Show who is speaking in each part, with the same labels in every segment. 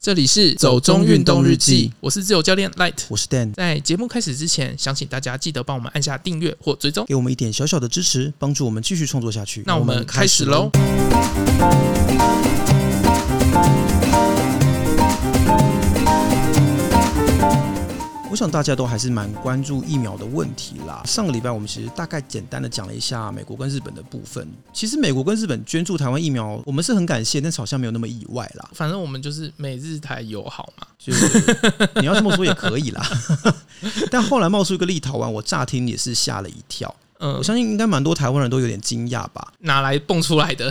Speaker 1: 这里是
Speaker 2: 走中运动日记，
Speaker 1: 我是自由教练 Light。
Speaker 2: 我是 Dan，
Speaker 1: 在节目开始之前，想请大家记得帮我们按下订阅或追踪。
Speaker 2: 给我们一点小小的支持，帮助我们继续创作下去。
Speaker 1: 那我们开始喽。。
Speaker 2: 我想大家都还是蛮关注疫苗的问题啦。上个礼拜我们其实大概简单的讲了一下美国跟日本的部分。其实美国跟日本捐助台湾疫苗，我们是很感谢，但是好像没有那么意外啦。
Speaker 1: 反正我们就是美日台友好嘛，
Speaker 2: 就是 你要这么说也可以啦。 但后来冒出一个立陶宛，我乍听也是吓了一跳。
Speaker 1: 嗯
Speaker 2: 我，相信应该蛮多台湾人都有点惊讶吧。
Speaker 1: 哪来蹦出来 的？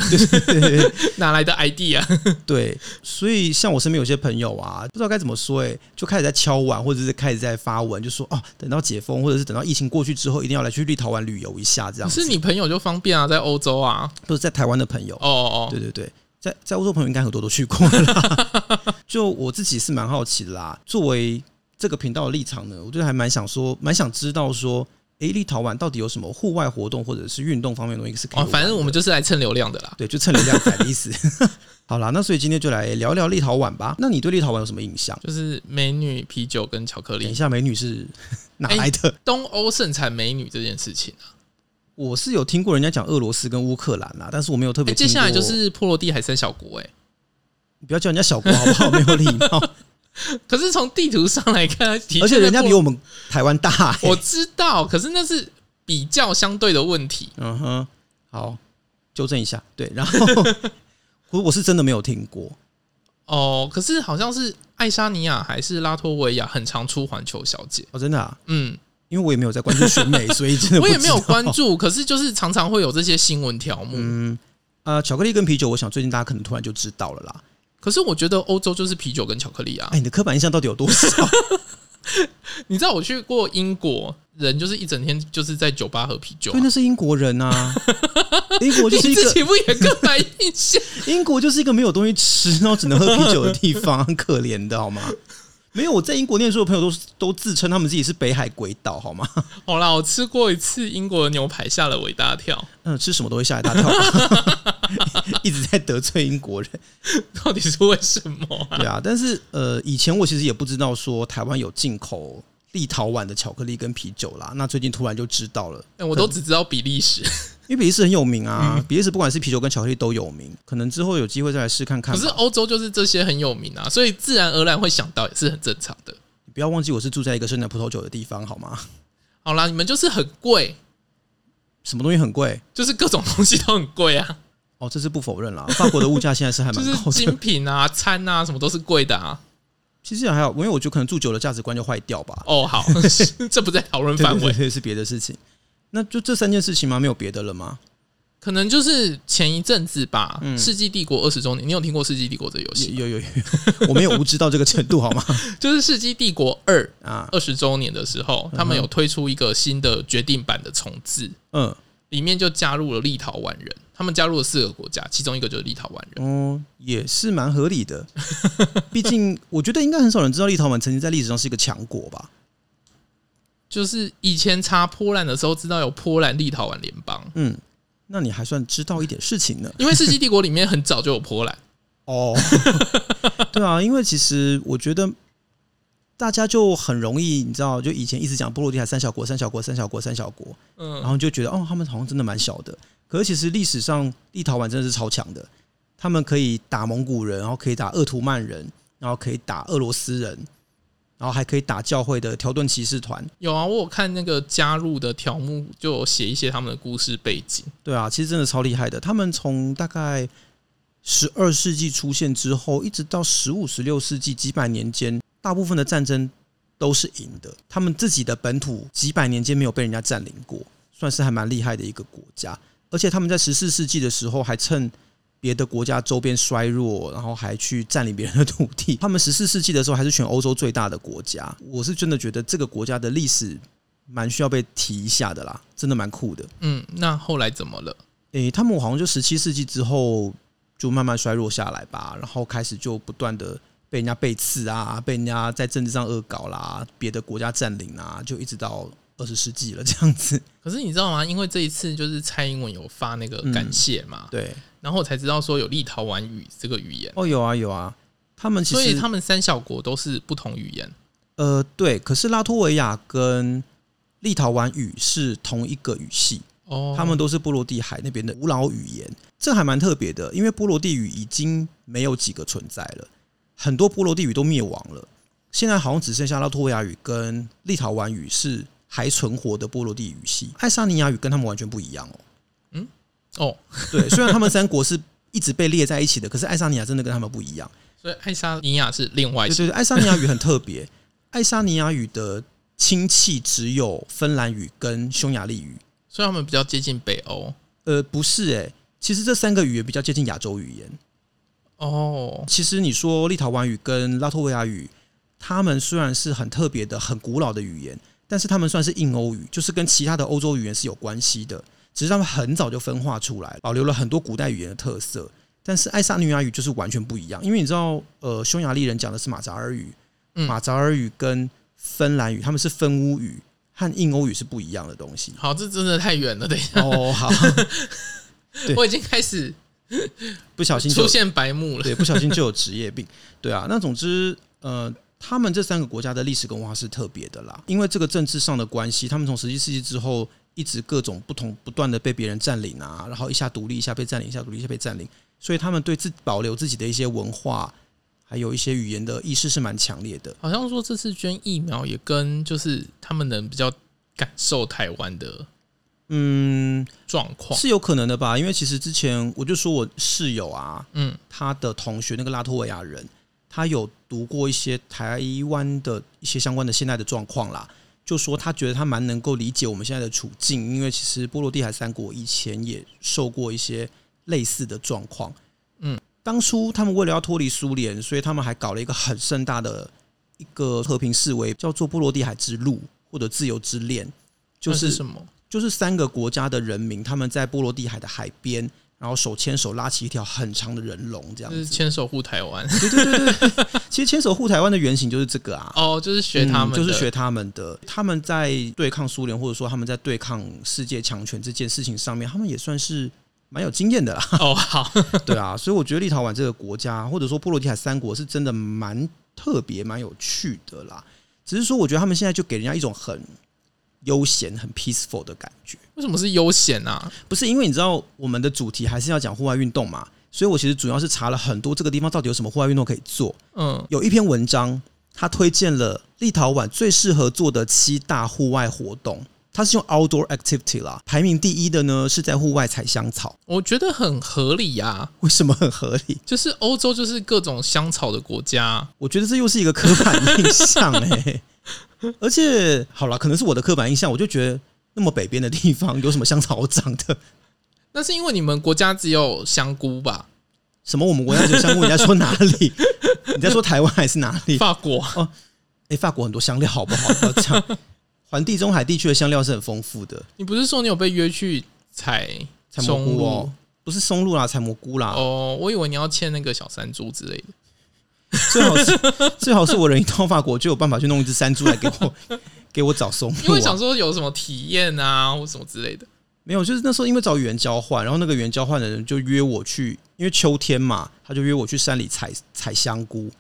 Speaker 1: 哪来的 ID 啊？
Speaker 2: 对，所以像我身边有些朋友啊，不知道该怎么说、欸，就开始在敲碗，或者是开始在发文，就说哦，等到解封，或者是等到疫情过去之后，一定要来去立陶宛旅游一下，这样
Speaker 1: 可
Speaker 2: 子。
Speaker 1: 是你朋友就方便啊，在欧洲啊。
Speaker 2: 不是在台湾的朋友，
Speaker 1: 哦哦，
Speaker 2: 对对对。在在欧洲朋友应该很多都去过了啦， 就我自己是蛮好奇的啦。作为这个频道的立场呢，我就还蛮想说，蛮想知道说，诶，立陶宛到底有什么户外活动或者是运动方面的东西是可以
Speaker 1: 哦，
Speaker 2: 玩的？
Speaker 1: 反正我们就是来蹭流量的啦。
Speaker 2: 对，就蹭流量仔的意思。 好啦，那所以今天就来聊聊立陶宛吧。那你对立陶宛有什么印象？
Speaker 1: 就是美女、啤酒跟巧克
Speaker 2: 等一
Speaker 1: 力，
Speaker 2: 下，美女 是哪来的？
Speaker 1: 东欧盛产美女这件事情啊。
Speaker 2: 哎我是有听过人家讲俄罗斯跟乌克兰啊啦，但是我没有特
Speaker 1: 哎
Speaker 2: 别听
Speaker 1: 接
Speaker 2: 过。
Speaker 1: 下来 就是波罗的海三小国，哎，
Speaker 2: 你不要叫人家小国好不好？没有礼貌，
Speaker 1: 可是从地图上来看，的确
Speaker 2: 而且人家
Speaker 1: 在
Speaker 2: 比
Speaker 1: 波
Speaker 2: 我们台湾大、欸。
Speaker 1: 我知道，可是那是比较相对的问题。
Speaker 2: 嗯哼，好，纠正一下，对， 然后我我是真的没有听过。
Speaker 1: 哦，可是好像是爱沙尼亚还是拉脱维亚很常出环球小姐，
Speaker 2: 哦，真的、啊，
Speaker 1: 嗯，
Speaker 2: 因为我也没有在关注选美，所以真的
Speaker 1: 我也没有
Speaker 2: 不知道
Speaker 1: 关。注，可是就是常常会有这些新闻条目。
Speaker 2: 嗯， 呃，巧克力跟啤酒，我想最近大家可能突然就知道了啦。
Speaker 1: 可是我觉得欧洲就是啤酒跟巧克力啊
Speaker 2: 哎、， 你的刻板印象到底有啊多少？
Speaker 1: 你知道我去过英国，人就是一整天就是在酒吧喝啤酒啊、
Speaker 2: 对，那是英国人 啊，英国就是一
Speaker 1: 你自
Speaker 2: 个
Speaker 1: 己不也更白印象？
Speaker 2: 英国就是一个没有东西吃，然后只能喝啤酒的地方，很可怜的好吗？没有，我在英国念书的朋友都是都自称他们自己是北海鬼岛，好吗？
Speaker 1: 好啦，我吃过一次英国的牛排，吓了我一大跳。
Speaker 2: 嗯，吃什么都会吓一大跳吧， 一直在得罪英国人。
Speaker 1: 到底是为什么啊？
Speaker 2: 对啊，但是呃，以前我其实也不知道说台湾有进口立陶宛的巧克力跟啤酒啦，那最近突然就知道了。
Speaker 1: 哎我都只知道比利时，
Speaker 2: 因为比利时很有名啊，
Speaker 1: 嗯
Speaker 2: 比利时不管是啤酒跟巧克力都有名，可能之后有机会再来试看看
Speaker 1: 可
Speaker 2: 吧。
Speaker 1: 是欧洲就是这些很有名啊，所以自然而然会想到，也是很正常的。
Speaker 2: 你不要忘记我是住在一个生产葡萄酒的地方，好吗？
Speaker 1: 好啦，你们就是很贵，
Speaker 2: 什么东西很贵？
Speaker 1: 就是各种东西都很贵 啊，
Speaker 2: 哦，这是不否认啦。法国的物价现在是还
Speaker 1: 就
Speaker 2: 蛮
Speaker 1: 是
Speaker 2: 高的，
Speaker 1: 精品啊、 餐啊，什么都是贵的啊。
Speaker 2: 其实也还好，因为我觉得可能住久了价值观就坏掉吧。
Speaker 1: 哦， 好，这不在讨论 范
Speaker 2: 对对
Speaker 1: 围，
Speaker 2: 对是别的事情。那就这三件事情吗？没有别的了吗？
Speaker 1: 可能就是前一阵子吧，
Speaker 2: 嗯
Speaker 1: 世纪帝国》二十周年，你有听过《世纪帝国》这游戏吗？
Speaker 2: 有有有有，我没有无知到这个程度，好吗？
Speaker 1: 就是《世纪帝国二》
Speaker 2: 啊，
Speaker 1: 二十周年的时候，他们有推出一个新的决定版的重置，
Speaker 2: 嗯，
Speaker 1: 里面就加入了立陶宛人，他们加入了四个国家，其中一个就是立陶宛人。
Speaker 2: 哦，也是蛮合理的。毕竟我觉得应该很少人知道立陶宛曾经在历史上是一个强国吧？
Speaker 1: 就是以前查波兰的时候，知道有波兰立陶宛联邦，
Speaker 2: 嗯，那你还算知道一点事情呢。
Speaker 1: 因为世纪帝国里面很早就有波兰。
Speaker 2: 哦， 对啊，因为其实我觉得大家就很容易，你知道，就以前一直讲波罗的海三小国、三小国、三小国、三小国，
Speaker 1: 嗯，
Speaker 2: 然后你就觉得哦，他们好像真的蛮小的。可是其实历史上立陶宛真的是超强的，他们可以打蒙古人，然后可以打鄂图曼人，然后可以打俄罗斯人，然后还可以打教会的条顿骑士团。
Speaker 1: 有啊，我有看那个加入的条目，就有写一些他们的故事背景。
Speaker 2: 对啊，其实真的超厉害的。他们从大概十二世纪出现之后，一直到十五、十六世纪几百年间，大部分的战争都是赢的。他们自己的本土几百年间没有被人家占领过，算是还蛮厉害的一个国家。而且他们在十四世纪的时候，还趁别的国家周边衰弱，然后还去占领别人的土地。他们十四世纪的时候还是全欧洲最大的国家。我是真的觉得这个国家的历史蛮需要被提一下的啦，真的蛮酷的。
Speaker 1: 嗯，那后来怎么了？
Speaker 2: 诶、他们好像就十七世纪之后就慢慢衰弱下来吧，然后开始就不断的被人家背刺啊，被人家在政治上恶搞啦，别的国家占领啊，就一直到二十世纪了这样 子。
Speaker 1: 可是你知道吗？因为这一次就是蔡英文有发那个感谢嘛，
Speaker 2: 嗯对，
Speaker 1: 然后我才知道说有立陶宛语这个语言。
Speaker 2: 哦，有啊有啊，他们其
Speaker 1: 所以
Speaker 2: 实
Speaker 1: 他们三小国都是不同语言。
Speaker 2: 呃对，可是拉脱维亚跟立陶宛语是同一个语系，
Speaker 1: 哦，
Speaker 2: 他们都是波罗的海那边的古老语言，这还蛮特别的，因为波罗的语已经没有几个存在了，很多波罗的语都灭亡了，现在好像只剩下拉脱维亚语跟立陶宛语是还存活的波罗的语系，爱沙尼亚语跟他们完全不一样哦。
Speaker 1: 哦，
Speaker 2: 对，虽然他们三国是一直被列在一起的，可是爱沙尼亚真的跟他们不一 样。
Speaker 1: 所以爱沙尼亚是另外一
Speaker 2: 对对对，爱沙尼亚语很特别，爱沙尼亚语的亲戚只有芬兰语跟匈牙利语。
Speaker 1: 所以他们比较接近北欧。
Speaker 2: 呃，不是诶、其实这三个语言比较接近亚洲语言。
Speaker 1: 哦，
Speaker 2: 其实你说立陶宛语跟拉脱维亚语，他们虽然是很特别的、很古老的语言，但是他们算是印欧语，就是跟其他的欧洲语言是有关系的。只是他们很早就分化出来，保留了很多古代语言的特色。但是爱沙尼亚语就是完全不一样，因为你知道，呃，匈牙利人讲的是马扎尔语，
Speaker 1: 嗯
Speaker 2: 马扎尔语跟芬兰语他们是芬乌语，和印欧语是不一样
Speaker 1: 。
Speaker 2: 的东西
Speaker 1: 好，这真的太远了，等一下，
Speaker 2: 哦，好，对
Speaker 1: 我已经开始
Speaker 2: 不小心就
Speaker 1: 出现白目了。
Speaker 2: 对，不小心就有职业病。对啊，那总之，呃，他们这三个国家的历史跟文化是特别的啦，因为这个政治上的关系，他们从十七世纪之后一直各种不同不断的被别人占领啊，然后一下独立，一下被占领，一下独立，一下被占领，所以他们对自保留自己的一些文化，还有一些语言的意识是蛮强烈的。
Speaker 1: 好像说这次捐疫苗也跟就是他们能比较感受台湾的
Speaker 2: 嗯，
Speaker 1: 状况。
Speaker 2: 是有可能的吧？因为其实之前我就说我室友啊，
Speaker 1: 嗯，
Speaker 2: 他的同学那个拉脱维亚人，他有读过一些台湾的一些相关的现在的状况啦，就说他觉得他蛮能够理解我们现在的处境，因为其实波罗的海三国以前也受过一些类似的状况。
Speaker 1: 嗯，
Speaker 2: 当初他们为了要脱离苏联，所以他们还搞了一个很盛大的一个和平示威，叫做波罗的海之路或者自由之恋，就
Speaker 1: 那
Speaker 2: 是
Speaker 1: 是什么？
Speaker 2: 就是三个国家的人民，他们在波罗的海的海边，然后手牵手拉起一条很长的人龙，这样
Speaker 1: 就是
Speaker 2: 子。
Speaker 1: 牵手护台湾。
Speaker 2: 其实牵手护台湾的原型就是这个啊，
Speaker 1: 哦，就是学他们的，
Speaker 2: 嗯就是学他们的。他们在对抗苏联，或者说他们在对抗世界强权这件事情上面，他们也算是蛮有经验的啦。
Speaker 1: 哦，好，
Speaker 2: 对啊，所以我觉得立陶宛这个国家，或者说波罗的海三国，是真的蛮特别、蛮有趣的啦。只是说，我觉得他们现在就给人家一种很悠闲、很 peaceful 的感觉。
Speaker 1: 为什么是悠闲啊？
Speaker 2: 不是因为你知道我们的主题还是要讲户外运动嘛，所以我其实主要是查了很多这个地方到底有什么户外运动可以做。
Speaker 1: 嗯，
Speaker 2: 有一篇文章，它推荐了立陶宛最适合做的七大户外活动，它是用 outdoor activity 啦，排名第一的呢是在户外采香草，
Speaker 1: 我觉得很合理呀、啊。
Speaker 2: 为什么很合理？
Speaker 1: 就是欧洲就是各种香草的国家，
Speaker 2: 我觉得这又是一个刻板印象 哎、而且好了，可能是我的刻板印象，我就觉得那么北边的地方有什么香草好长的？
Speaker 1: 那是因为你们国家只有香菇吧？
Speaker 2: 什么我们国家就香菇？你在说哪里？ 你在说台湾还是哪里？
Speaker 1: 法国
Speaker 2: 诶，法国很多香料，好不好？不要这 样，环地中海地区的香料是很丰富的，
Speaker 1: 你不是说你有被约去采
Speaker 2: 采蘑
Speaker 1: 松
Speaker 2: 菇
Speaker 1: 露？
Speaker 2: 哦，不是松露啦，采蘑菇啦，
Speaker 1: 哦，我以为你要签那个小山猪之类的。
Speaker 2: 最好是 最好是我人一到法国就有办法去弄一只山猪来给我 给我找松
Speaker 1: 因
Speaker 2: 露、
Speaker 1: 为想
Speaker 2: 啊。
Speaker 1: 说有什么体验啊，或什么之类的。
Speaker 2: 没有，就是那时候因为找语言交换，然后那个语言交换的人就约我去，因为秋天嘛，他就约我去山里采采香菇，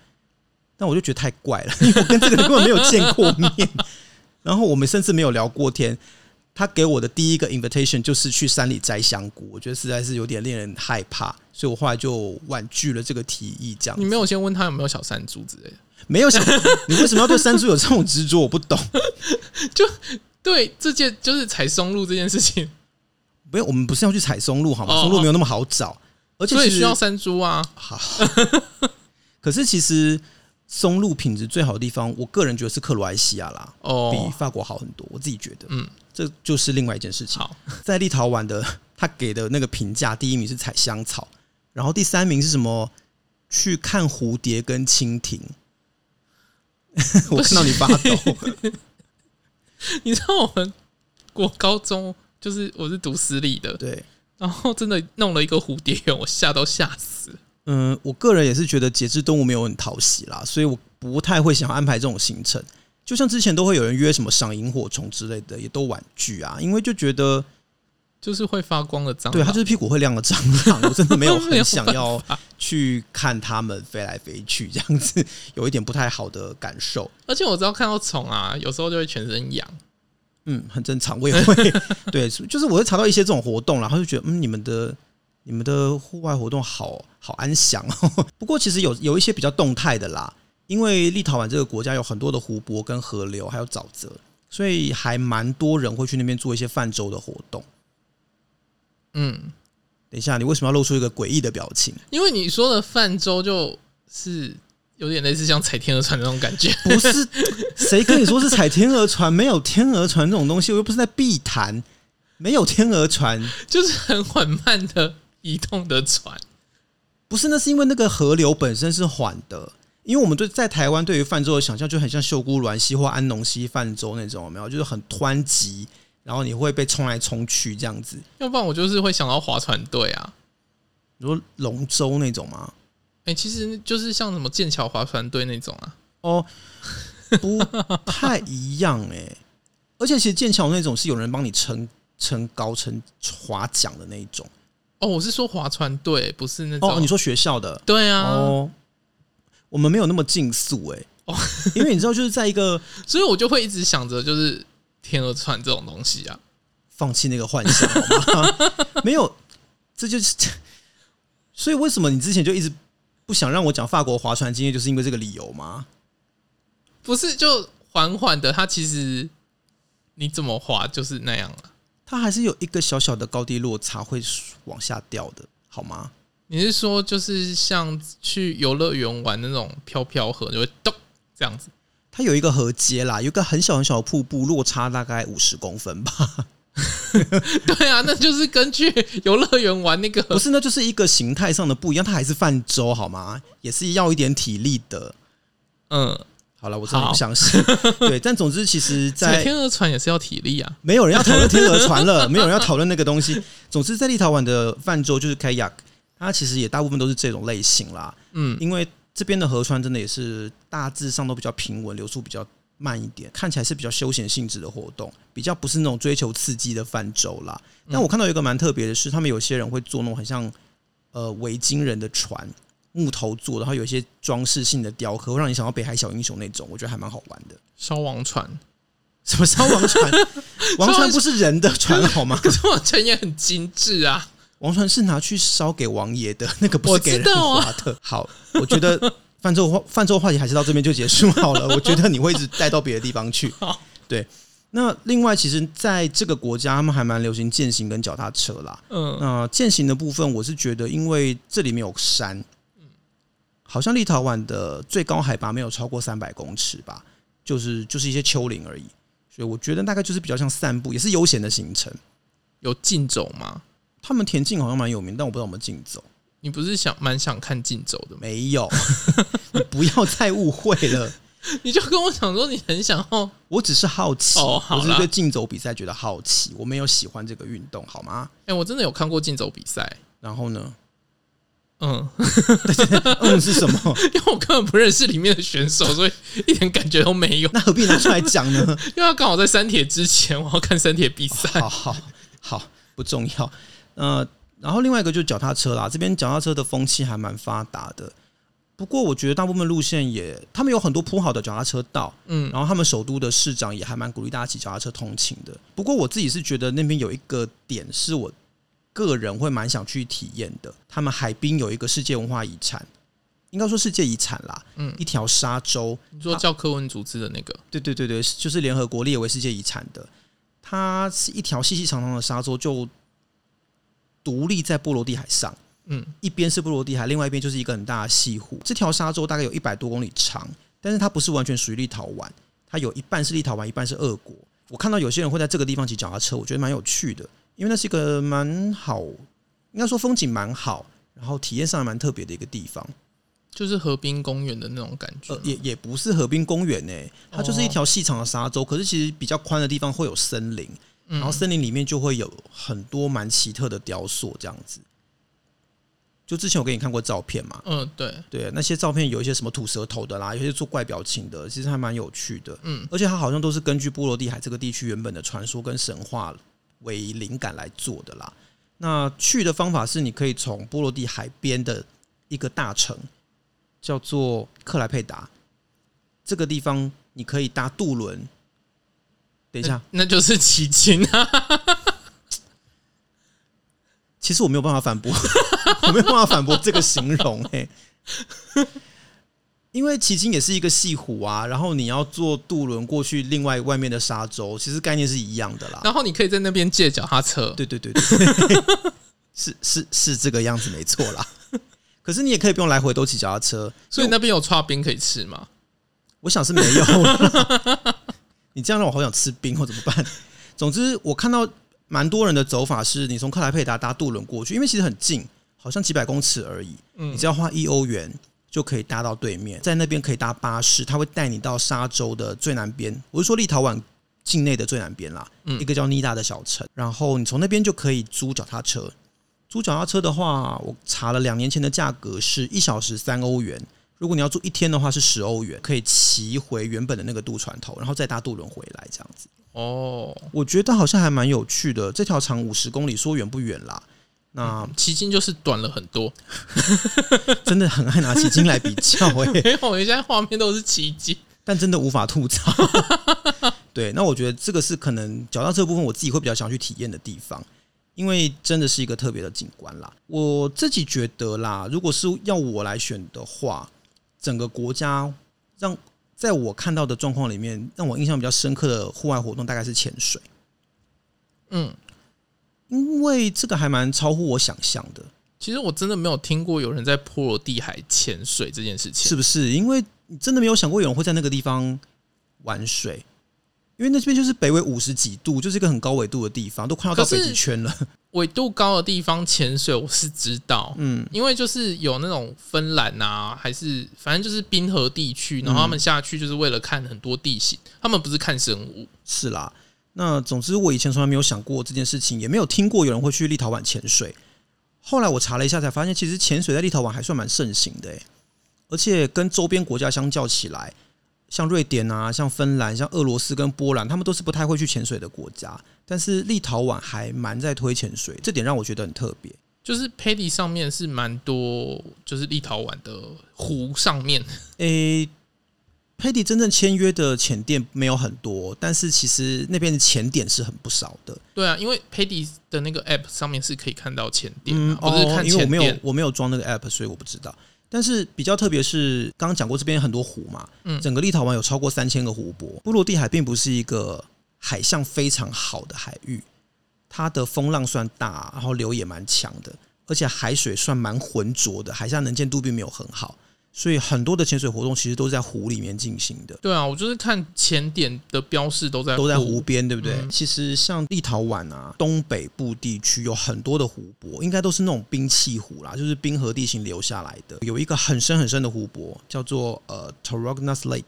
Speaker 2: 但我就觉得太怪了， 因为我跟这个人根本没有见过面，然后我们甚至没有聊过天。他给我的第一个 invitation 就是去山里摘香菇，我觉得实在是有点令人害怕，所以我后来就婉拒了这个提议。这样子
Speaker 1: 你没有先问他有没有小山猪之类的？
Speaker 2: 没有想，你为什么要对山猪有这种执着？我不 懂。
Speaker 1: 对，这件就是采松露这件事情，
Speaker 2: 没有，我们不是要去采松露好吗？
Speaker 1: 哦
Speaker 2: 松露没有那么好找，而且
Speaker 1: 所以
Speaker 2: 其实
Speaker 1: 需要山猪啊。
Speaker 2: 好。 可是其实松露品质最好的地方，我个人觉得是克罗埃西亚啦，比
Speaker 1: 哦，
Speaker 2: 法国好很多。我自己觉得，
Speaker 1: 嗯，
Speaker 2: 这就是另外一件事情。
Speaker 1: 好，
Speaker 2: 在立陶宛的，他给的那个评价，第一名是采香草，然后第三名是什么？去看蝴蝶跟蜻蜓。 我看到你 发抖。
Speaker 1: 你知道我们国高中就是我是读私立的，
Speaker 2: 对，
Speaker 1: 然后真的弄了一个蝴蝶园，我吓都吓死了。
Speaker 2: 嗯，我个人也是觉得节肢动物没有很讨喜啦，所以我不太会想要安排这种行程。就像之前都会有人约什么赏萤火虫之类的，也都婉拒啊，因为就觉得
Speaker 1: 就是会发光的蟑螂。
Speaker 2: 对，它就是屁股会亮的蟑螂，我真 的没有
Speaker 1: 哦没有
Speaker 2: 很想要去看它们飞来飞去，这样子有一点不太好的感受。
Speaker 1: 而且我知道看到虫啊，有时候就会全身痒。
Speaker 2: 嗯，很正常，我也会。对，就是我会查到一些这种活动，然后就觉得，嗯，你们的你们的户外活动好好安详哦。 不过其实有有一些比较动态的啦，因为立陶宛这个国家有很多的湖泊、跟河流，还有沼泽，所以还蛮多人会去那边做一些泛舟的活动。
Speaker 1: 嗯，
Speaker 2: 等一下，你为什么要露出一个诡异的表情？
Speaker 1: 因为你说的泛舟就是有点类似像踩天鹅船那种感觉。
Speaker 2: 不是，谁跟你说是踩天鹅船？没有天鹅船这种东西，我又不是在碧潭，没有天鹅船。
Speaker 1: 就是很缓慢的移动的船。
Speaker 2: 不是，那是因为那个河流本身是缓的，因为我们对在台湾对于泛舟的想象就很像秀姑峦溪或安农溪泛舟那种，有没有？就是很湍急，然后你会被冲来冲去这样子。
Speaker 1: 要不然我就是会想到划船队啊，
Speaker 2: 你说龙舟那种吗？
Speaker 1: 哎、其实就是像什么剑桥划船队那种啊，
Speaker 2: 哦，不太一样哎、而且其实剑桥那种是有人帮你撑撑高撑划桨的那一种。
Speaker 1: 哦，我是说划船队，不是那种。
Speaker 2: 哦，你说学校的？
Speaker 1: 对啊，
Speaker 2: 哦，我们没有那么竞速哎、
Speaker 1: 哦
Speaker 2: 因为你知道，就是在一个
Speaker 1: 所以我就会一直想着就是天鹅船这种东西啊，
Speaker 2: 放弃那个幻想，好吗？ 没有，这就是， 所以为什么你之前就一直不想让我讲法国划船经验，就是因为这个理由吗？
Speaker 1: 不是就缓缓的，它其实你怎么划就是那样啊。
Speaker 2: 它还是有一个小小的高低落差会往下掉的，好吗？
Speaker 1: 你是说就是像去游乐园玩那种飘飘河，就会咚这样子？
Speaker 2: 它有一个河阶啦，有一个很小很小的瀑布，落差大概五十公分 吧。
Speaker 1: 对啊，那就是跟去游乐园玩那个
Speaker 2: 不是，那就是一个形态上的不一样，它还是泛舟，好吗？也是要一点体力的。
Speaker 1: 嗯，
Speaker 2: 好了，我真的
Speaker 1: 好
Speaker 2: 不相信。对，但总之，其实在
Speaker 1: 踩天鹅船也是要体力啊。
Speaker 2: 没有人要讨论天鹅船了，没有人要讨论那个东西。总之，在立陶宛的泛舟就是 kayak，它其实也大部分都是这种类型啦。
Speaker 1: 嗯，
Speaker 2: 因为这边的河川真的也是大致上都比较平稳，流速比较慢一点，看起来是比较休闲性质的活动，比较不是那种追求刺激的泛舟啦。但我看到有一个蛮特别的是，他们有些人会做那种很像呃维京人的船，木头做的，然后有一些装饰性的雕刻，会让你想到北海小英雄那种，我觉得还蛮好玩的。
Speaker 1: 烧王船，
Speaker 2: 什么烧王船？王船不是人的船好吗？
Speaker 1: 可是王船也很精致啊。
Speaker 2: 王船是拿去烧给王爷的，那个不
Speaker 1: 我
Speaker 2: 是
Speaker 1: 知
Speaker 2: 给人
Speaker 1: 道啊
Speaker 2: 划的。好，我觉得泛舟话 泛舟话题还是到这边就结束好了。我觉得你会一直带到别的地方去
Speaker 1: 好。
Speaker 2: 对，那另外其实在这个国家，他们还蛮流行践行跟脚踏车啦。
Speaker 1: 嗯，
Speaker 2: 那践行的部分，我是觉得因为这里面有山，好像立陶宛的最高海拔没有超过三百公尺吧，就是就是一些丘陵而已。所以我觉得大概就是比较像散步，也是悠闲的行程。
Speaker 1: 有竞走吗？
Speaker 2: 他们田径好像蛮有名，但我不知道我们竞走。
Speaker 1: 你不是想蛮想看竞走的吗？
Speaker 2: 没有， 你不要再误会了。
Speaker 1: 你就跟我讲说你很想要，
Speaker 2: 我只是好奇，
Speaker 1: 哦好
Speaker 2: 我
Speaker 1: 啦
Speaker 2: 只是对竞走比赛觉得好奇，我没有喜欢这个运动，好吗？
Speaker 1: 哎、我真的有看过竞走比赛，
Speaker 2: 然后呢？
Speaker 1: 嗯，
Speaker 2: 嗯，是什么？
Speaker 1: 因为我根本不认识里面的选 手，所以一点感觉都没有。
Speaker 2: 那何必拿出来讲呢？
Speaker 1: 因为他刚好在三铁之前，我要看三铁比赛。
Speaker 2: 哦好好好，不重要。呃，然后另外一个就是脚踏车啦，这边脚踏车的风气还蛮发达的。不过我觉得大部分路线也，他们有很多铺好的脚踏车道，
Speaker 1: 嗯
Speaker 2: 然后他们首都的市长也还蛮鼓励大家骑脚踏车通勤的。不过我自己是觉得那边有一个点是我个人会蛮想去体验的，他们海滨有一个世界文化遗产，应该说世界遗产啦，
Speaker 1: 嗯
Speaker 2: 一条沙洲，
Speaker 1: 你说教科文组织的那个，
Speaker 2: 对对对对，就是联合国列为世界遗产的，它是一条细细长长的沙洲，就独立在波罗的海上。
Speaker 1: 嗯，
Speaker 2: 一边是波罗的海，另外一边就是一个很大的西湖。这条沙洲大概有一百多公里长，但是它不是完全属于立陶宛，它有一半是立陶宛，一半是俄国。我看到有些人会在这个地方骑脚踏车，我觉得蛮有趣的，因为那是一个蛮好，应该说风景蛮好，然后体验上也蛮特别的一个地方。
Speaker 1: 就是河滨公园的那种感觉
Speaker 2: 呃，。也也不是河滨公园呢、欸它就是一条细长的沙洲，可是其实比较宽的地方会有森林，
Speaker 1: 嗯
Speaker 2: 然后森林里面就会有很多蛮奇特的雕塑，这样子。就之前我给你看过照片嘛，
Speaker 1: 嗯，对，
Speaker 2: 对，那些照片有一些什么吐舌头的啦，有些做怪表情的，其实还蛮有趣的。
Speaker 1: 嗯，
Speaker 2: 而且它好像都是根据波罗的海这个地区原本的传说跟神话为灵感来做的啦。那去的方法是，你可以从波罗的海边的一个大城，叫做克莱佩达，这个地方你可以搭渡轮。等一下，
Speaker 1: 那就是奇情啊，
Speaker 2: 其实我没有办法反驳， 我没有办法反驳这个形容哎、因为迄今也是一个西湖啊，然后你要坐渡轮过去另外外面的沙洲，其实概念是一样的啦。
Speaker 1: 然后你可以在那边借脚踏车，
Speaker 2: 对对对对 是是是这个样子没错啦。可是你也可以不用来回都骑脚踏车，
Speaker 1: 所以那边有刨冰可以吃吗？
Speaker 2: 我想是没有 啦。你这样让我好想吃冰，我怎么办？ 总之，我看到蛮多人的走法是，你从克莱佩达搭渡轮过去，因为其实很近，好像几百公尺而已。你只要花一欧元就可以搭到对面，在那边可以搭巴士，它会带你到沙洲的最南边，我是说立陶宛境内的最南边啦，
Speaker 1: 嗯
Speaker 2: 一个叫妮达的小城。然后你从那边就可以租脚踏车。租脚踏车的话，我查了两年前的价格是一小时三欧元，如果你要住一天的话是十欧元，可以骑回原本的那个渡船头，然后再搭渡轮回来这样子。
Speaker 1: 哦，
Speaker 2: 我觉得好像还蛮有趣的，这条长五十公里，说远不远啦。那
Speaker 1: 奇经就是短了很 多，
Speaker 2: 真的很爱拿起经来比较哎、
Speaker 1: 没有，我现在画面都是奇经。
Speaker 2: 但真的无法吐槽。 对，那我觉得这个是可能脚踏车部分我自己会比较想去体验的地方，因为真的是一个特别的景观啦。我自己觉得啦，如果是要我来选的话，整个国家让在我看到的状况里面，让我印象比较深刻的户外活动大概是潜水，
Speaker 1: 嗯，
Speaker 2: 因为这个还蛮超乎我想象的。
Speaker 1: 其实我真的没有听过有人在波罗的海潜水这件事情。
Speaker 2: 是不是？因为你真的没有想过有人会在那个地方玩水，因为那边就是北纬五十几度，就是一个很高纬度的地方，都快要到
Speaker 1: 可是
Speaker 2: 北极圈了。
Speaker 1: 纬度高的地方潜水我是知道，
Speaker 2: 嗯，
Speaker 1: 因为就是有那种芬兰啊，还是反正就是冰河地区，然后他们下去就是为了看很多地形，他们不是看生物，
Speaker 2: 是啦。那总之，我以前从来没有想过这件事情，也没有听过有人会去立陶宛潜水。后来我查了一下，才发现其实潜水在立陶宛还算蛮盛行的、欸，而且跟周边国家相较起来，像瑞典啊、像芬兰、像俄罗斯跟波兰，他们都是不太会去潜水的国家，但是立陶宛还蛮在推潜水，这点让我觉得很特别。
Speaker 1: 就是 p a d y 上面是蛮多，就是立陶宛的湖上面，
Speaker 2: 诶、佩蒂真正签约的潜店没有很多，但是其实那边的潜点是很不少的。
Speaker 1: 对啊，因为 p a d y 的那个 App 上面是可以看到潜点
Speaker 2: 嗯
Speaker 1: 啊，，不是
Speaker 2: 哦，
Speaker 1: 看
Speaker 2: 因为我
Speaker 1: 潜
Speaker 2: 没有
Speaker 1: 点，
Speaker 2: 我没有装那个 app，所以我不知道。但是比较特别是，刚刚讲过这边很多湖嘛，
Speaker 1: 嗯
Speaker 2: 整个立陶宛有超过三千个湖泊。波罗的海并不是一个海象非常好的海域，它的风浪算大，然后流也蛮强的，而且海水算蛮浑浊的，海下能见度并没有很好，所以很多的潜水活动其实都是在湖里面进行的。
Speaker 1: 对啊，我就是看潜点的标示都在
Speaker 2: 都在湖
Speaker 1: 湖，
Speaker 2: 边，对不对？
Speaker 1: 嗯
Speaker 2: 其实像立陶宛啊，东北部地区有很多的湖泊，应该都是那种冰气湖啦，就是冰河地形留下来的。有一个很深很深的湖泊，叫做呃 Torognas Lake，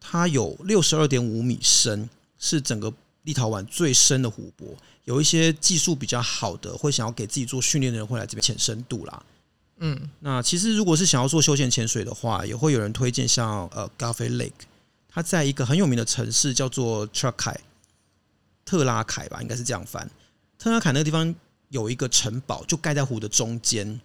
Speaker 2: 它有六十二点五米深，是整个立陶宛最深的湖泊。有一些技术比较好的，会想要给自己做训练的人，会来这边潜深度啦。
Speaker 1: 嗯，
Speaker 2: 那其实如果是想要做休闲潜水的话，也会有人推荐像呃 g a f e Lake，它在一个很有名的城市叫做 t r a k a i 特拉凯吧，应该是这样翻。特拉凯那个地方有一个城堡，就盖在湖的中间，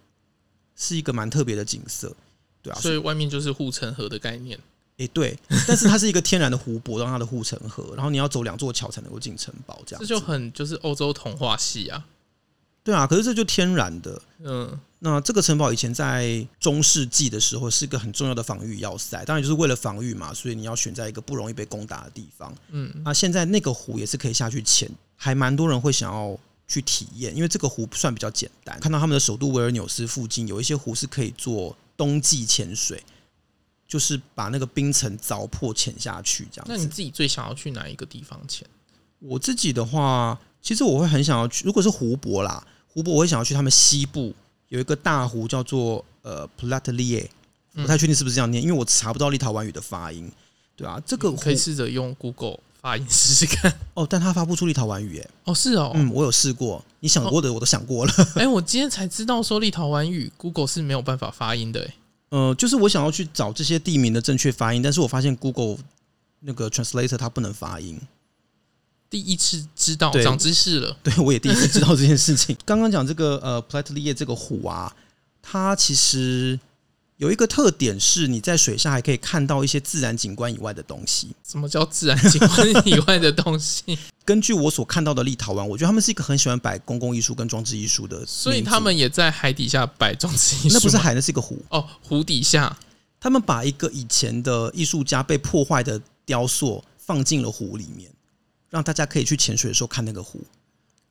Speaker 2: 是一个蛮特别的景色。对啊，
Speaker 1: 所以外面就是护城河的概念，
Speaker 2: 诶、对，但是它是一个天然的湖泊，让它的护城河，然后你要走两座桥才能够进城堡，这样
Speaker 1: 这
Speaker 2: 子
Speaker 1: 就很就是欧洲童话系啊，
Speaker 2: 对啊。可是这就天然的，
Speaker 1: 嗯。
Speaker 2: 那这个城堡以前在中世纪的时候是一个很重要的防御要塞，当然就是为了防御嘛，所以你要选在一个不容易被攻打的地方。
Speaker 1: 嗯，
Speaker 2: 那现在那个湖也是可以下去潜，还蛮多人会想要去体验，因为这个湖算比较简单。看到他们的首都维尔纽斯附近有一些湖是可以做冬季潜水，就是把那个冰层凿破潜下去这样子。
Speaker 1: 那你自己最想要去哪一个地方潜？
Speaker 2: 我自己的话，其实我会很想要去，如果是湖泊啦，湖泊我会想要去他们西部有一个大湖叫做呃 p l a t l i e
Speaker 1: 嗯
Speaker 2: 不太确定是不是这样念，因为我查不到立陶宛语的发音。对啊，这个湖
Speaker 1: 可以试着用 Google 发音试试看。
Speaker 2: 哦，但它发不出立陶宛语耶。
Speaker 1: 哦，是哦，哎、
Speaker 2: 嗯，我有试过，你想过的我都想过了。
Speaker 1: 我今天才知道说立陶宛语 Google 是没有办法发音的。哎，
Speaker 2: 呃，就是我想要去找这些地名的正确发音，但是我发现 Google 那个 translator 它不能发音。
Speaker 1: 第一次知道，
Speaker 2: 对
Speaker 1: 长知识了。
Speaker 2: 对我也第一次知道这件事情。刚刚讲这个呃普莱特利叶这个湖啊，它其实有一个特点是，你在水下还可以看到一些自然景观以外的东西。
Speaker 1: 什么叫自然景观以外的东 西？
Speaker 2: 根据我所看到的立陶宛，我觉得他们是一个很喜欢摆公共艺术跟装置艺术的民族，
Speaker 1: 所以他们也在海底下摆装置艺术吗，
Speaker 2: 那不是海，那是一个湖。
Speaker 1: 哦，湖底下
Speaker 2: 他们把一个以前的艺术家被破坏的雕塑放进了湖里面，让大家可以去潜水的时候看那个湖，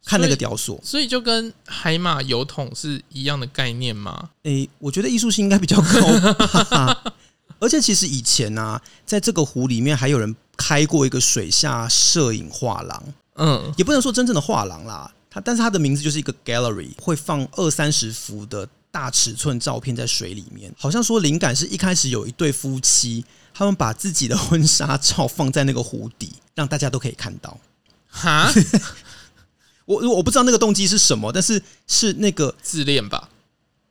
Speaker 2: 看那个雕塑。
Speaker 1: 所以就跟海马油桶是一样的概念吗？
Speaker 2: 诶、我觉得艺术性应该比较高吧。 而且其实以前啊，在这个湖里面还有人开过一个水下摄影画廊，
Speaker 1: 嗯，
Speaker 2: 也不能说真正的画廊啦，它但是它的名字就是一个 gallery，会放二三十幅的大尺寸照片在水里面。好像说灵感是一开始有一对夫妻，他们把自己的婚纱照放在那个湖底，让大家都可以看到。
Speaker 1: 哈，
Speaker 2: 我我不知道那个动机是什么，但是是那个
Speaker 1: 自恋吧。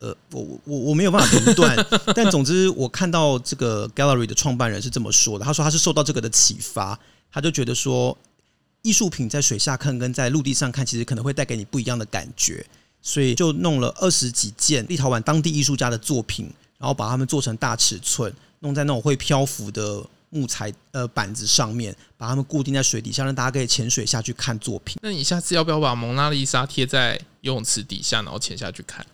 Speaker 2: 呃，我我我我没有办法评断，但总之我看到这个 gallery 的创办人是这么说的，他说他是受到这个的启发，他就觉得说，艺术品在水下看跟在陆地上看，其实可能会带给你不一样的感觉，所以就弄了二十几件立陶宛当地艺术家的作品，然后把它们做成大尺寸，弄在那种会漂浮的木材呃板子上面，把它们固定在水底下，让大家可以潜水下去看作品。
Speaker 1: 那你下次要不要把蒙娜丽莎贴在游泳池底下，然后潜下去看？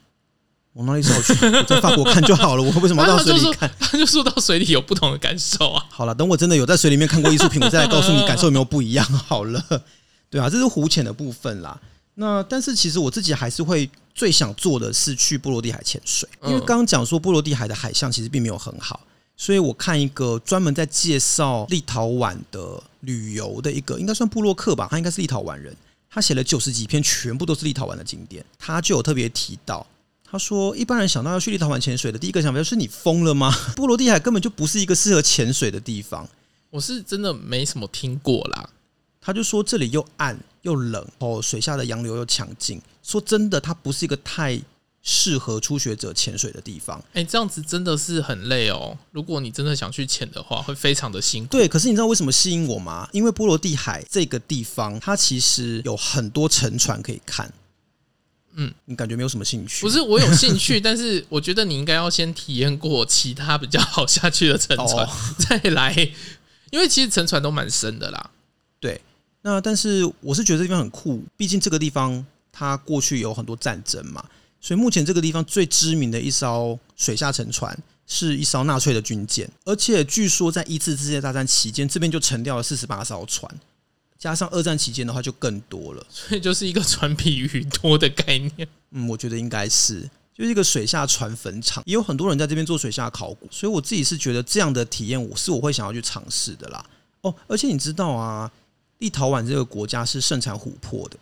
Speaker 2: 蒙娜丽莎，我去我在法国看就好了，我为什么要到水里看？
Speaker 1: 他就说到水里有不同的感受啊。
Speaker 2: 好了，等我真的有在水里面看过艺术品，我再来告诉你感受有没有不一样。好了， 对啊，这是湖潜的部分啦。那但是其实我自己还是会最想做的是去波罗的海潜水，因为
Speaker 1: 嗯
Speaker 2: 刚刚讲说波罗的海的海象其实并没有很好，所以我看一个专门在介绍立陶宛的旅游的一个，应该算布洛克吧，他应该是立陶宛人，他写了九十几篇，全部都是立陶宛的景点，他就有特别提到。他说：“一般人想到要去立陶宛潜水的第一个想法就是你疯了吗？波罗的海根本就不是一个适合潜水的地方。”
Speaker 1: 我是真的没什么听过啦。
Speaker 2: 他就说这里又暗又冷，哦，水下的洋流又强劲。说真的，它不是一个太适合初学者潜水的地方。
Speaker 1: 哎、这样子真的是很累哦。如果你真的想去潜的话，会非常的辛苦。
Speaker 2: 对，可是你知道为什么吸引我吗？因为波罗的海这个地方，它其实有很多沉船可以看。
Speaker 1: 嗯，
Speaker 2: 你感觉没有什么兴趣？
Speaker 1: 不是我有兴趣，但是我觉得你应该要先体验过其他比较好下去的沉船，
Speaker 2: 哦
Speaker 1: 再来，因为其实沉船都蛮深的啦。
Speaker 2: 对，那但是我是觉得这地方很酷，毕竟这个地方它过去有很多战争嘛，所以目前这个地方最知名的一艘水下沉船是一艘纳粹的军舰，而且据说在一次世界大战期间，这边就沉掉了四十八艘船，加上二战期间的话就更多了。
Speaker 1: 所以 就是一个船比鱼多的概念。
Speaker 2: 嗯，我觉得应该是。就是一个水下船坟场，也有很多人在这边做水下考古，所以我自己是觉得这样的体验，我是我会想要去尝试的啦。哦，而且你知道啊，立陶宛这个国家是盛产琥珀的，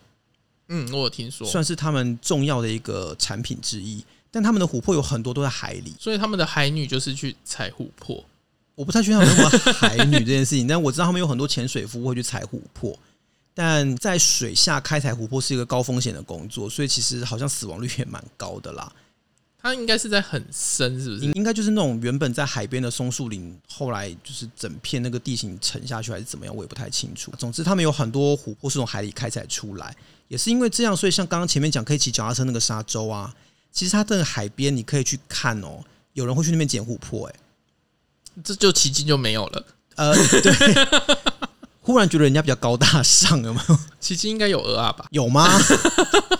Speaker 1: 嗯，我有听说，
Speaker 2: 算是他们重要的一个产品之一。但他们的琥珀有很多都在海里，
Speaker 1: 所以他们的海女就是去采琥珀。
Speaker 2: 我不太确定他们有没有海女这件事情，但 我知道他们有很多潜水夫会去采琥珀。但在水下开采琥珀是一个高风险的工作，所以其实好像死亡率也蛮高的啦。
Speaker 1: 它应该是在很深，是不
Speaker 2: 应
Speaker 1: 是？
Speaker 2: 应该就是那种原本在海边的松树林，后来就是整片那个地形沉下去还是怎么样，我也不太清楚。总之，他们有很多琥珀是从海里开采出来，也是因为这样，所以像刚刚前面讲可以骑脚踏车那个沙洲啊，其实它这个海边你可以去看哦，有人会去那边捡琥珀、欸，
Speaker 1: 这就奇迹就没有了。
Speaker 2: 呃， 对。忽然觉得人家比较高大上，有没有？
Speaker 1: 奇迹应该有鹅啊吧？
Speaker 2: 有吗？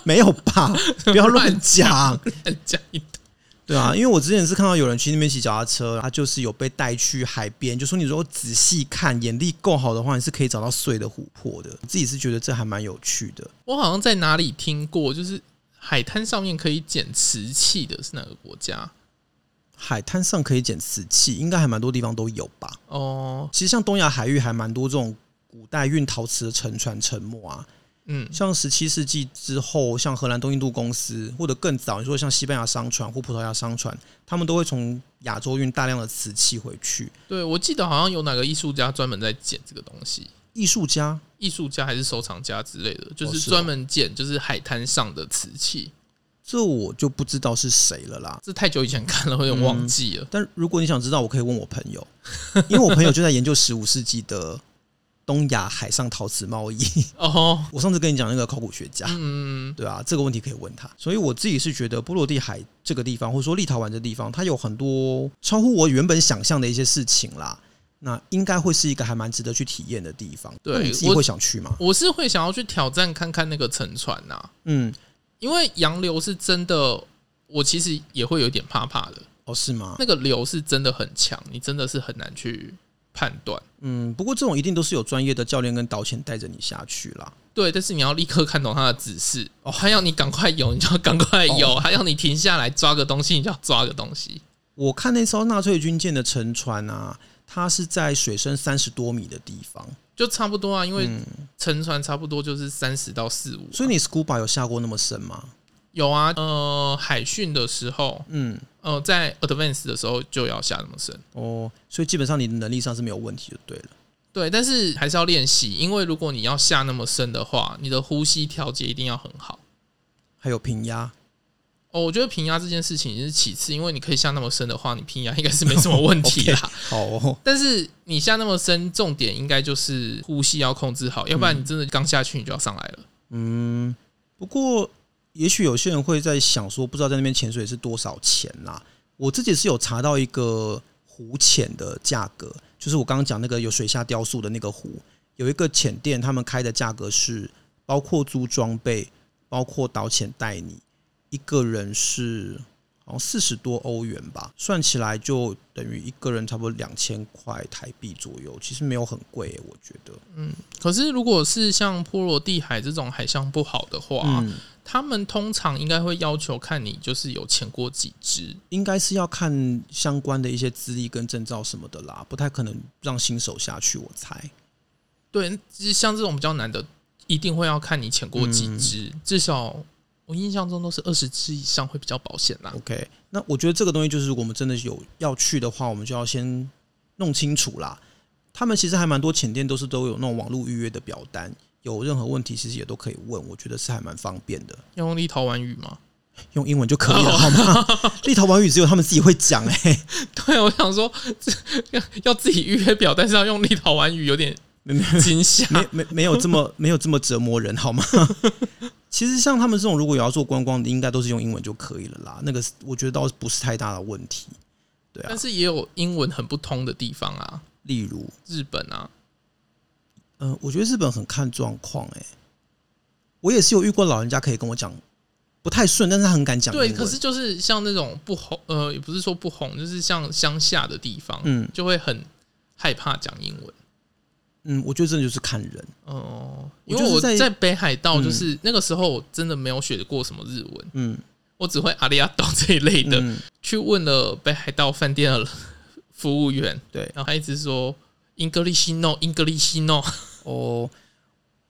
Speaker 2: 没有吧？不要乱讲。
Speaker 1: 讲一堆
Speaker 2: 对啊，因为我之前是看到有人去那边骑脚踏车，他就是有被带去海边，就说你如果仔细看，眼力够好的话，你是可以找到碎的琥珀的。我自己是觉得这还蛮有趣的。
Speaker 1: 我好像在哪里听过，就是海滩上面可以捡瓷器的是哪个国家？
Speaker 2: 海滩上可以捡瓷器，应该还蛮多地方都有吧。
Speaker 1: 哦，
Speaker 2: 其实像东亚海域还蛮多这种古代运陶瓷的沉船沉没啊，
Speaker 1: 嗯，
Speaker 2: 像十七世纪之后，像荷兰东印度公司或者更早，你说像西班牙商船或葡萄牙商船，他们都会从亚洲运大量的瓷器回去。
Speaker 1: 对，我记得好像有哪个艺术家专门在捡这个东西，
Speaker 2: 艺术家
Speaker 1: 艺术家还是收藏家之类的，就
Speaker 2: 哦
Speaker 1: 是
Speaker 2: 是哦
Speaker 1: 专门捡就是海滩上的瓷器。
Speaker 2: 这我就不知道是谁了啦。
Speaker 1: 这太久以前看了，我有点忘记了。
Speaker 2: 但如果你想知道，我可以问我朋友，因为我朋友就在研究十五世纪的东亚海上陶瓷贸易。
Speaker 1: 哦，
Speaker 2: 我上次跟你讲那个考古学家，
Speaker 1: 嗯，
Speaker 2: 对啊，这个问题可以问他。所以我自己是觉得波罗的海这个地方，或者说立陶宛这地方，它有很多超乎我原本想象的一些事情啦。那应该会是一个还蛮值得去体验的地方。
Speaker 1: 对
Speaker 2: 那你自己
Speaker 1: 我
Speaker 2: 会想去吗？
Speaker 1: 我是会想要去挑战看看那个沉船呐、
Speaker 2: 嗯，
Speaker 1: 因为洋流是真的，我其实也会有一点怕怕的。
Speaker 2: 哦，是吗？
Speaker 1: 那个流是真的很强，你真的是很难去判断。
Speaker 2: 嗯，不过这种一定都是有专业的教练跟导潜带着你下去啦。
Speaker 1: 对，但是你要立刻看懂他的指示。哦，他要你赶快游，你就要赶快游；他要你停下来抓个东西，你就要抓个东西。
Speaker 2: 我看那艘纳粹军舰的沉船啊，它是在水深三十多米的地方，
Speaker 1: 就差不多啊，因为沉船差不多就是三十到四五、
Speaker 2: 所以你 scuba 有下过那么深吗？
Speaker 1: 有啊，呃，海训的时候，
Speaker 2: 嗯，
Speaker 1: 呃，在 advance 的时候就要下那么深。
Speaker 2: 哦，所以基本上你的能力上是没有问题就对了。
Speaker 1: 对，但是还是要练习，因为如果你要下那么深的话，你的呼吸调节一定要很好。
Speaker 2: 还有平压，
Speaker 1: 哦，我觉得平压这件事情是其次，因为你可以下那么深的话，你平压应该是没什么问题啦。
Speaker 2: 好、哦，
Speaker 1: 但是你下那么深，重点应该就是呼吸要控制好，要不然你真的刚下去你就要上来了。
Speaker 2: 嗯，不过也许有些人会在想说，不知道在那边潜水是多少钱啦、我自己是有查到一个湖潜的价格，就是我刚刚讲那个有水下雕塑的那个湖，有一个潜店，他们开的价格是包括租装备，包括导潜带你，一个人是好像四十多欧元吧，算起来就等于一个人差不多两千块台币左右，其实没有很贵耶、我觉得。
Speaker 1: 可是如果是像波罗的海这种海象不好的话，
Speaker 2: 嗯，
Speaker 1: 他们通常应该会要求看你就是有潜过几只。
Speaker 2: 应该是要看相关的一些资历跟证照什么的啦，不太可能让新手下去，我猜。
Speaker 1: 对，其实像这种比较难的，一定会要看你潜过
Speaker 2: 嗯
Speaker 1: 几只，至少我印象中都是二十只以上会比较保险啦。
Speaker 2: OK，那我觉得这个东西就是，如果我们真的有要去的话，我们就要先弄清楚啦。他们其实还蛮多浅店都是都有那种网络预约的表单，有任何问题其实也都可以问，我觉得是还蛮方便的，
Speaker 1: 要用立陶宛语吗？
Speaker 2: 用英文就可以了，好吗？ 立陶宛语只有他们自己会讲、哎，
Speaker 1: 对，我想说这要要自己预约表，但是要用立陶宛语有 点
Speaker 2: 没没
Speaker 1: 惊吓。
Speaker 2: 没没没有这么 没有这么折磨人好吗？ 其实像他们这种如果有要做观光的，应该都是用英文就可以了啦。那个是我觉得倒是不是太大的问题。对啊
Speaker 1: 但，是也有英文很不通的地方啊，
Speaker 2: 例如，
Speaker 1: 日本啊，
Speaker 2: 呃，我觉得日本很看状况哎。我也是有遇过老人家可以跟我讲不太顺，但是他很敢讲英
Speaker 1: 对，
Speaker 2: 文。
Speaker 1: 可是就是像那种不红，呃，也不是说不红，就是像乡下的地方，
Speaker 2: 嗯
Speaker 1: 就会很害怕讲英文。
Speaker 2: 嗯，我觉得真的就是看人。
Speaker 1: 哦、
Speaker 2: 我
Speaker 1: 因
Speaker 2: 就是
Speaker 1: 为我
Speaker 2: 在
Speaker 1: 在北海道，就是、那个时候我真的没有学过什么日文，
Speaker 2: 嗯，
Speaker 1: 我只会阿里阿岛这一类的。
Speaker 2: 嗯
Speaker 1: 去问了北海道饭店的服务员，
Speaker 2: 对
Speaker 1: 然后他一直说 English no English no，
Speaker 2: 哦。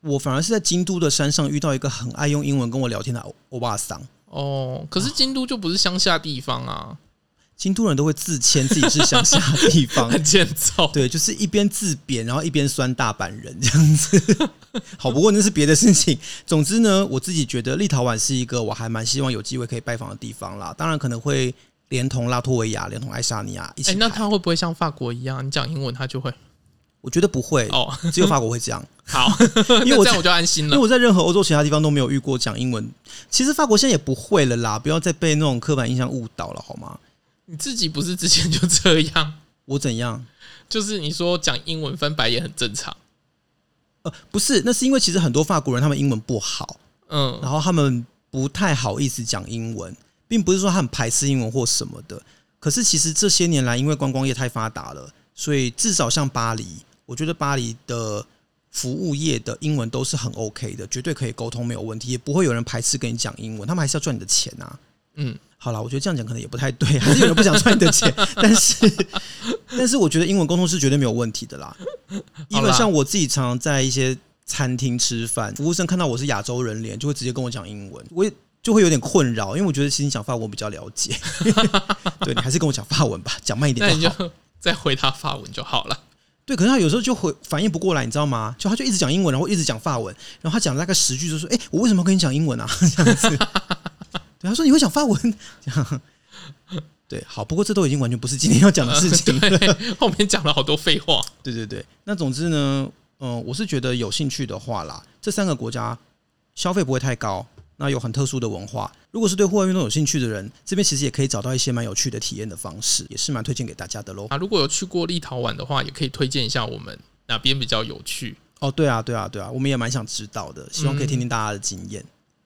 Speaker 2: 我反而是在京都的山上遇到一个很爱用英文跟我聊天的欧欧巴桑，
Speaker 1: 哦，可是京都就不是乡下地方啊，
Speaker 2: 京都人都会自谦自己是乡下的地方，
Speaker 1: 很欠揍。
Speaker 2: 哦
Speaker 1: 哎
Speaker 2: 对，就是一边自贬，然后一边酸大阪人这样子。 好，不过那是别的事情。总之呢，我自己觉得立陶宛是一个我还蛮希望有机会可以拜访的地方啦。当然可能会连同拉脱维亚、连同爱沙尼亚一
Speaker 1: 哎、
Speaker 2: 起
Speaker 1: 那
Speaker 2: 排
Speaker 1: 他会不会像法国一样，你讲英文他就会？
Speaker 2: 我觉得不会，
Speaker 1: 哦，
Speaker 2: 只有法国会这样，
Speaker 1: 好，
Speaker 2: 因为
Speaker 1: 那
Speaker 2: 我
Speaker 1: 这样
Speaker 2: 在
Speaker 1: 我就安心
Speaker 2: 因为
Speaker 1: 了。
Speaker 2: 我在任何欧洲其他地方都没有遇过讲英文。其实法国现在也不会了啦，不要再被那种刻板印象误导了好吗？
Speaker 1: 你自己不是之前就这样？
Speaker 2: 我怎样？
Speaker 1: 就是你说讲英文翻白眼很正常，
Speaker 2: 呃，不是，那是因为其实很多法国人他们英文不好，
Speaker 1: 嗯，
Speaker 2: 然后他们不太好意思讲英文，并不是说他很排斥英文或什么的。可是其实这些年来，因为观光业太发达了，所以至少像巴黎，我觉得巴黎的服务业的英文都是很 OK 的，绝对可以沟通，没有问题，也不会有人排斥跟你讲英文，他们还是要赚你的钱啊。
Speaker 1: 嗯，
Speaker 2: 好啦，我觉得这样讲可能也不太对，啊还是有人不想赚你的钱， 但是，但是我觉得英文沟通是绝对没有问题的啦。因
Speaker 1: 好
Speaker 2: 为
Speaker 1: 啦
Speaker 2: 像我自己常常在一些餐厅吃饭，服务生看到我是亚洲人脸，就会直接跟我讲英文，我也就会有点困扰，因为我觉得其实你讲法文比较了解。 对你还是跟我讲法文吧，讲慢一
Speaker 1: 那
Speaker 2: 点
Speaker 1: 你
Speaker 2: 就好。
Speaker 1: 就再回答法文就好了。
Speaker 2: 对，可是他有时候就会反应不过来，你知道吗？就他就一直讲英文，然后一直讲法文，然后他讲了大概十句，就说：“哎、我为什么要跟你讲英文啊？” 这样子。对，他说：“你会讲法文。”这样。对，好，不过这都已经完全不是今天要讲的事情了。
Speaker 1: 对，后面讲了好多废话。
Speaker 2: 对对对，那总之呢，嗯，我是觉得有兴趣的话啦，这三个国家消费不会太高，那有很特殊的文化。如果是对户外运动有兴趣的人，这边其实也可以找到一些蛮有趣的体验的方式，也是蛮推荐给大家的喽。
Speaker 1: 啊，如果有去过立陶宛的话，也可以推荐一下我们哪边比较有趣。
Speaker 2: 哦，对啊，对啊，对啊，我们也蛮想知道的，希望可以听听大家的经验。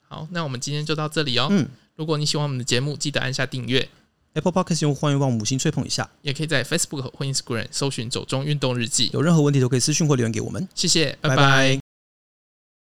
Speaker 1: 好，那我们今天就到这里哦。
Speaker 2: 嗯
Speaker 1: 如果你喜欢我们的节目，记得按下订阅，
Speaker 2: Apple Podcast 用户欢迎帮我们五星吹捧一下，
Speaker 1: 也可以在 Facebook 或 Instagram 搜寻“走中运动日记
Speaker 2: 有任何问题都可以私讯或留言给我们”。。
Speaker 1: 谢谢，拜
Speaker 2: 拜拜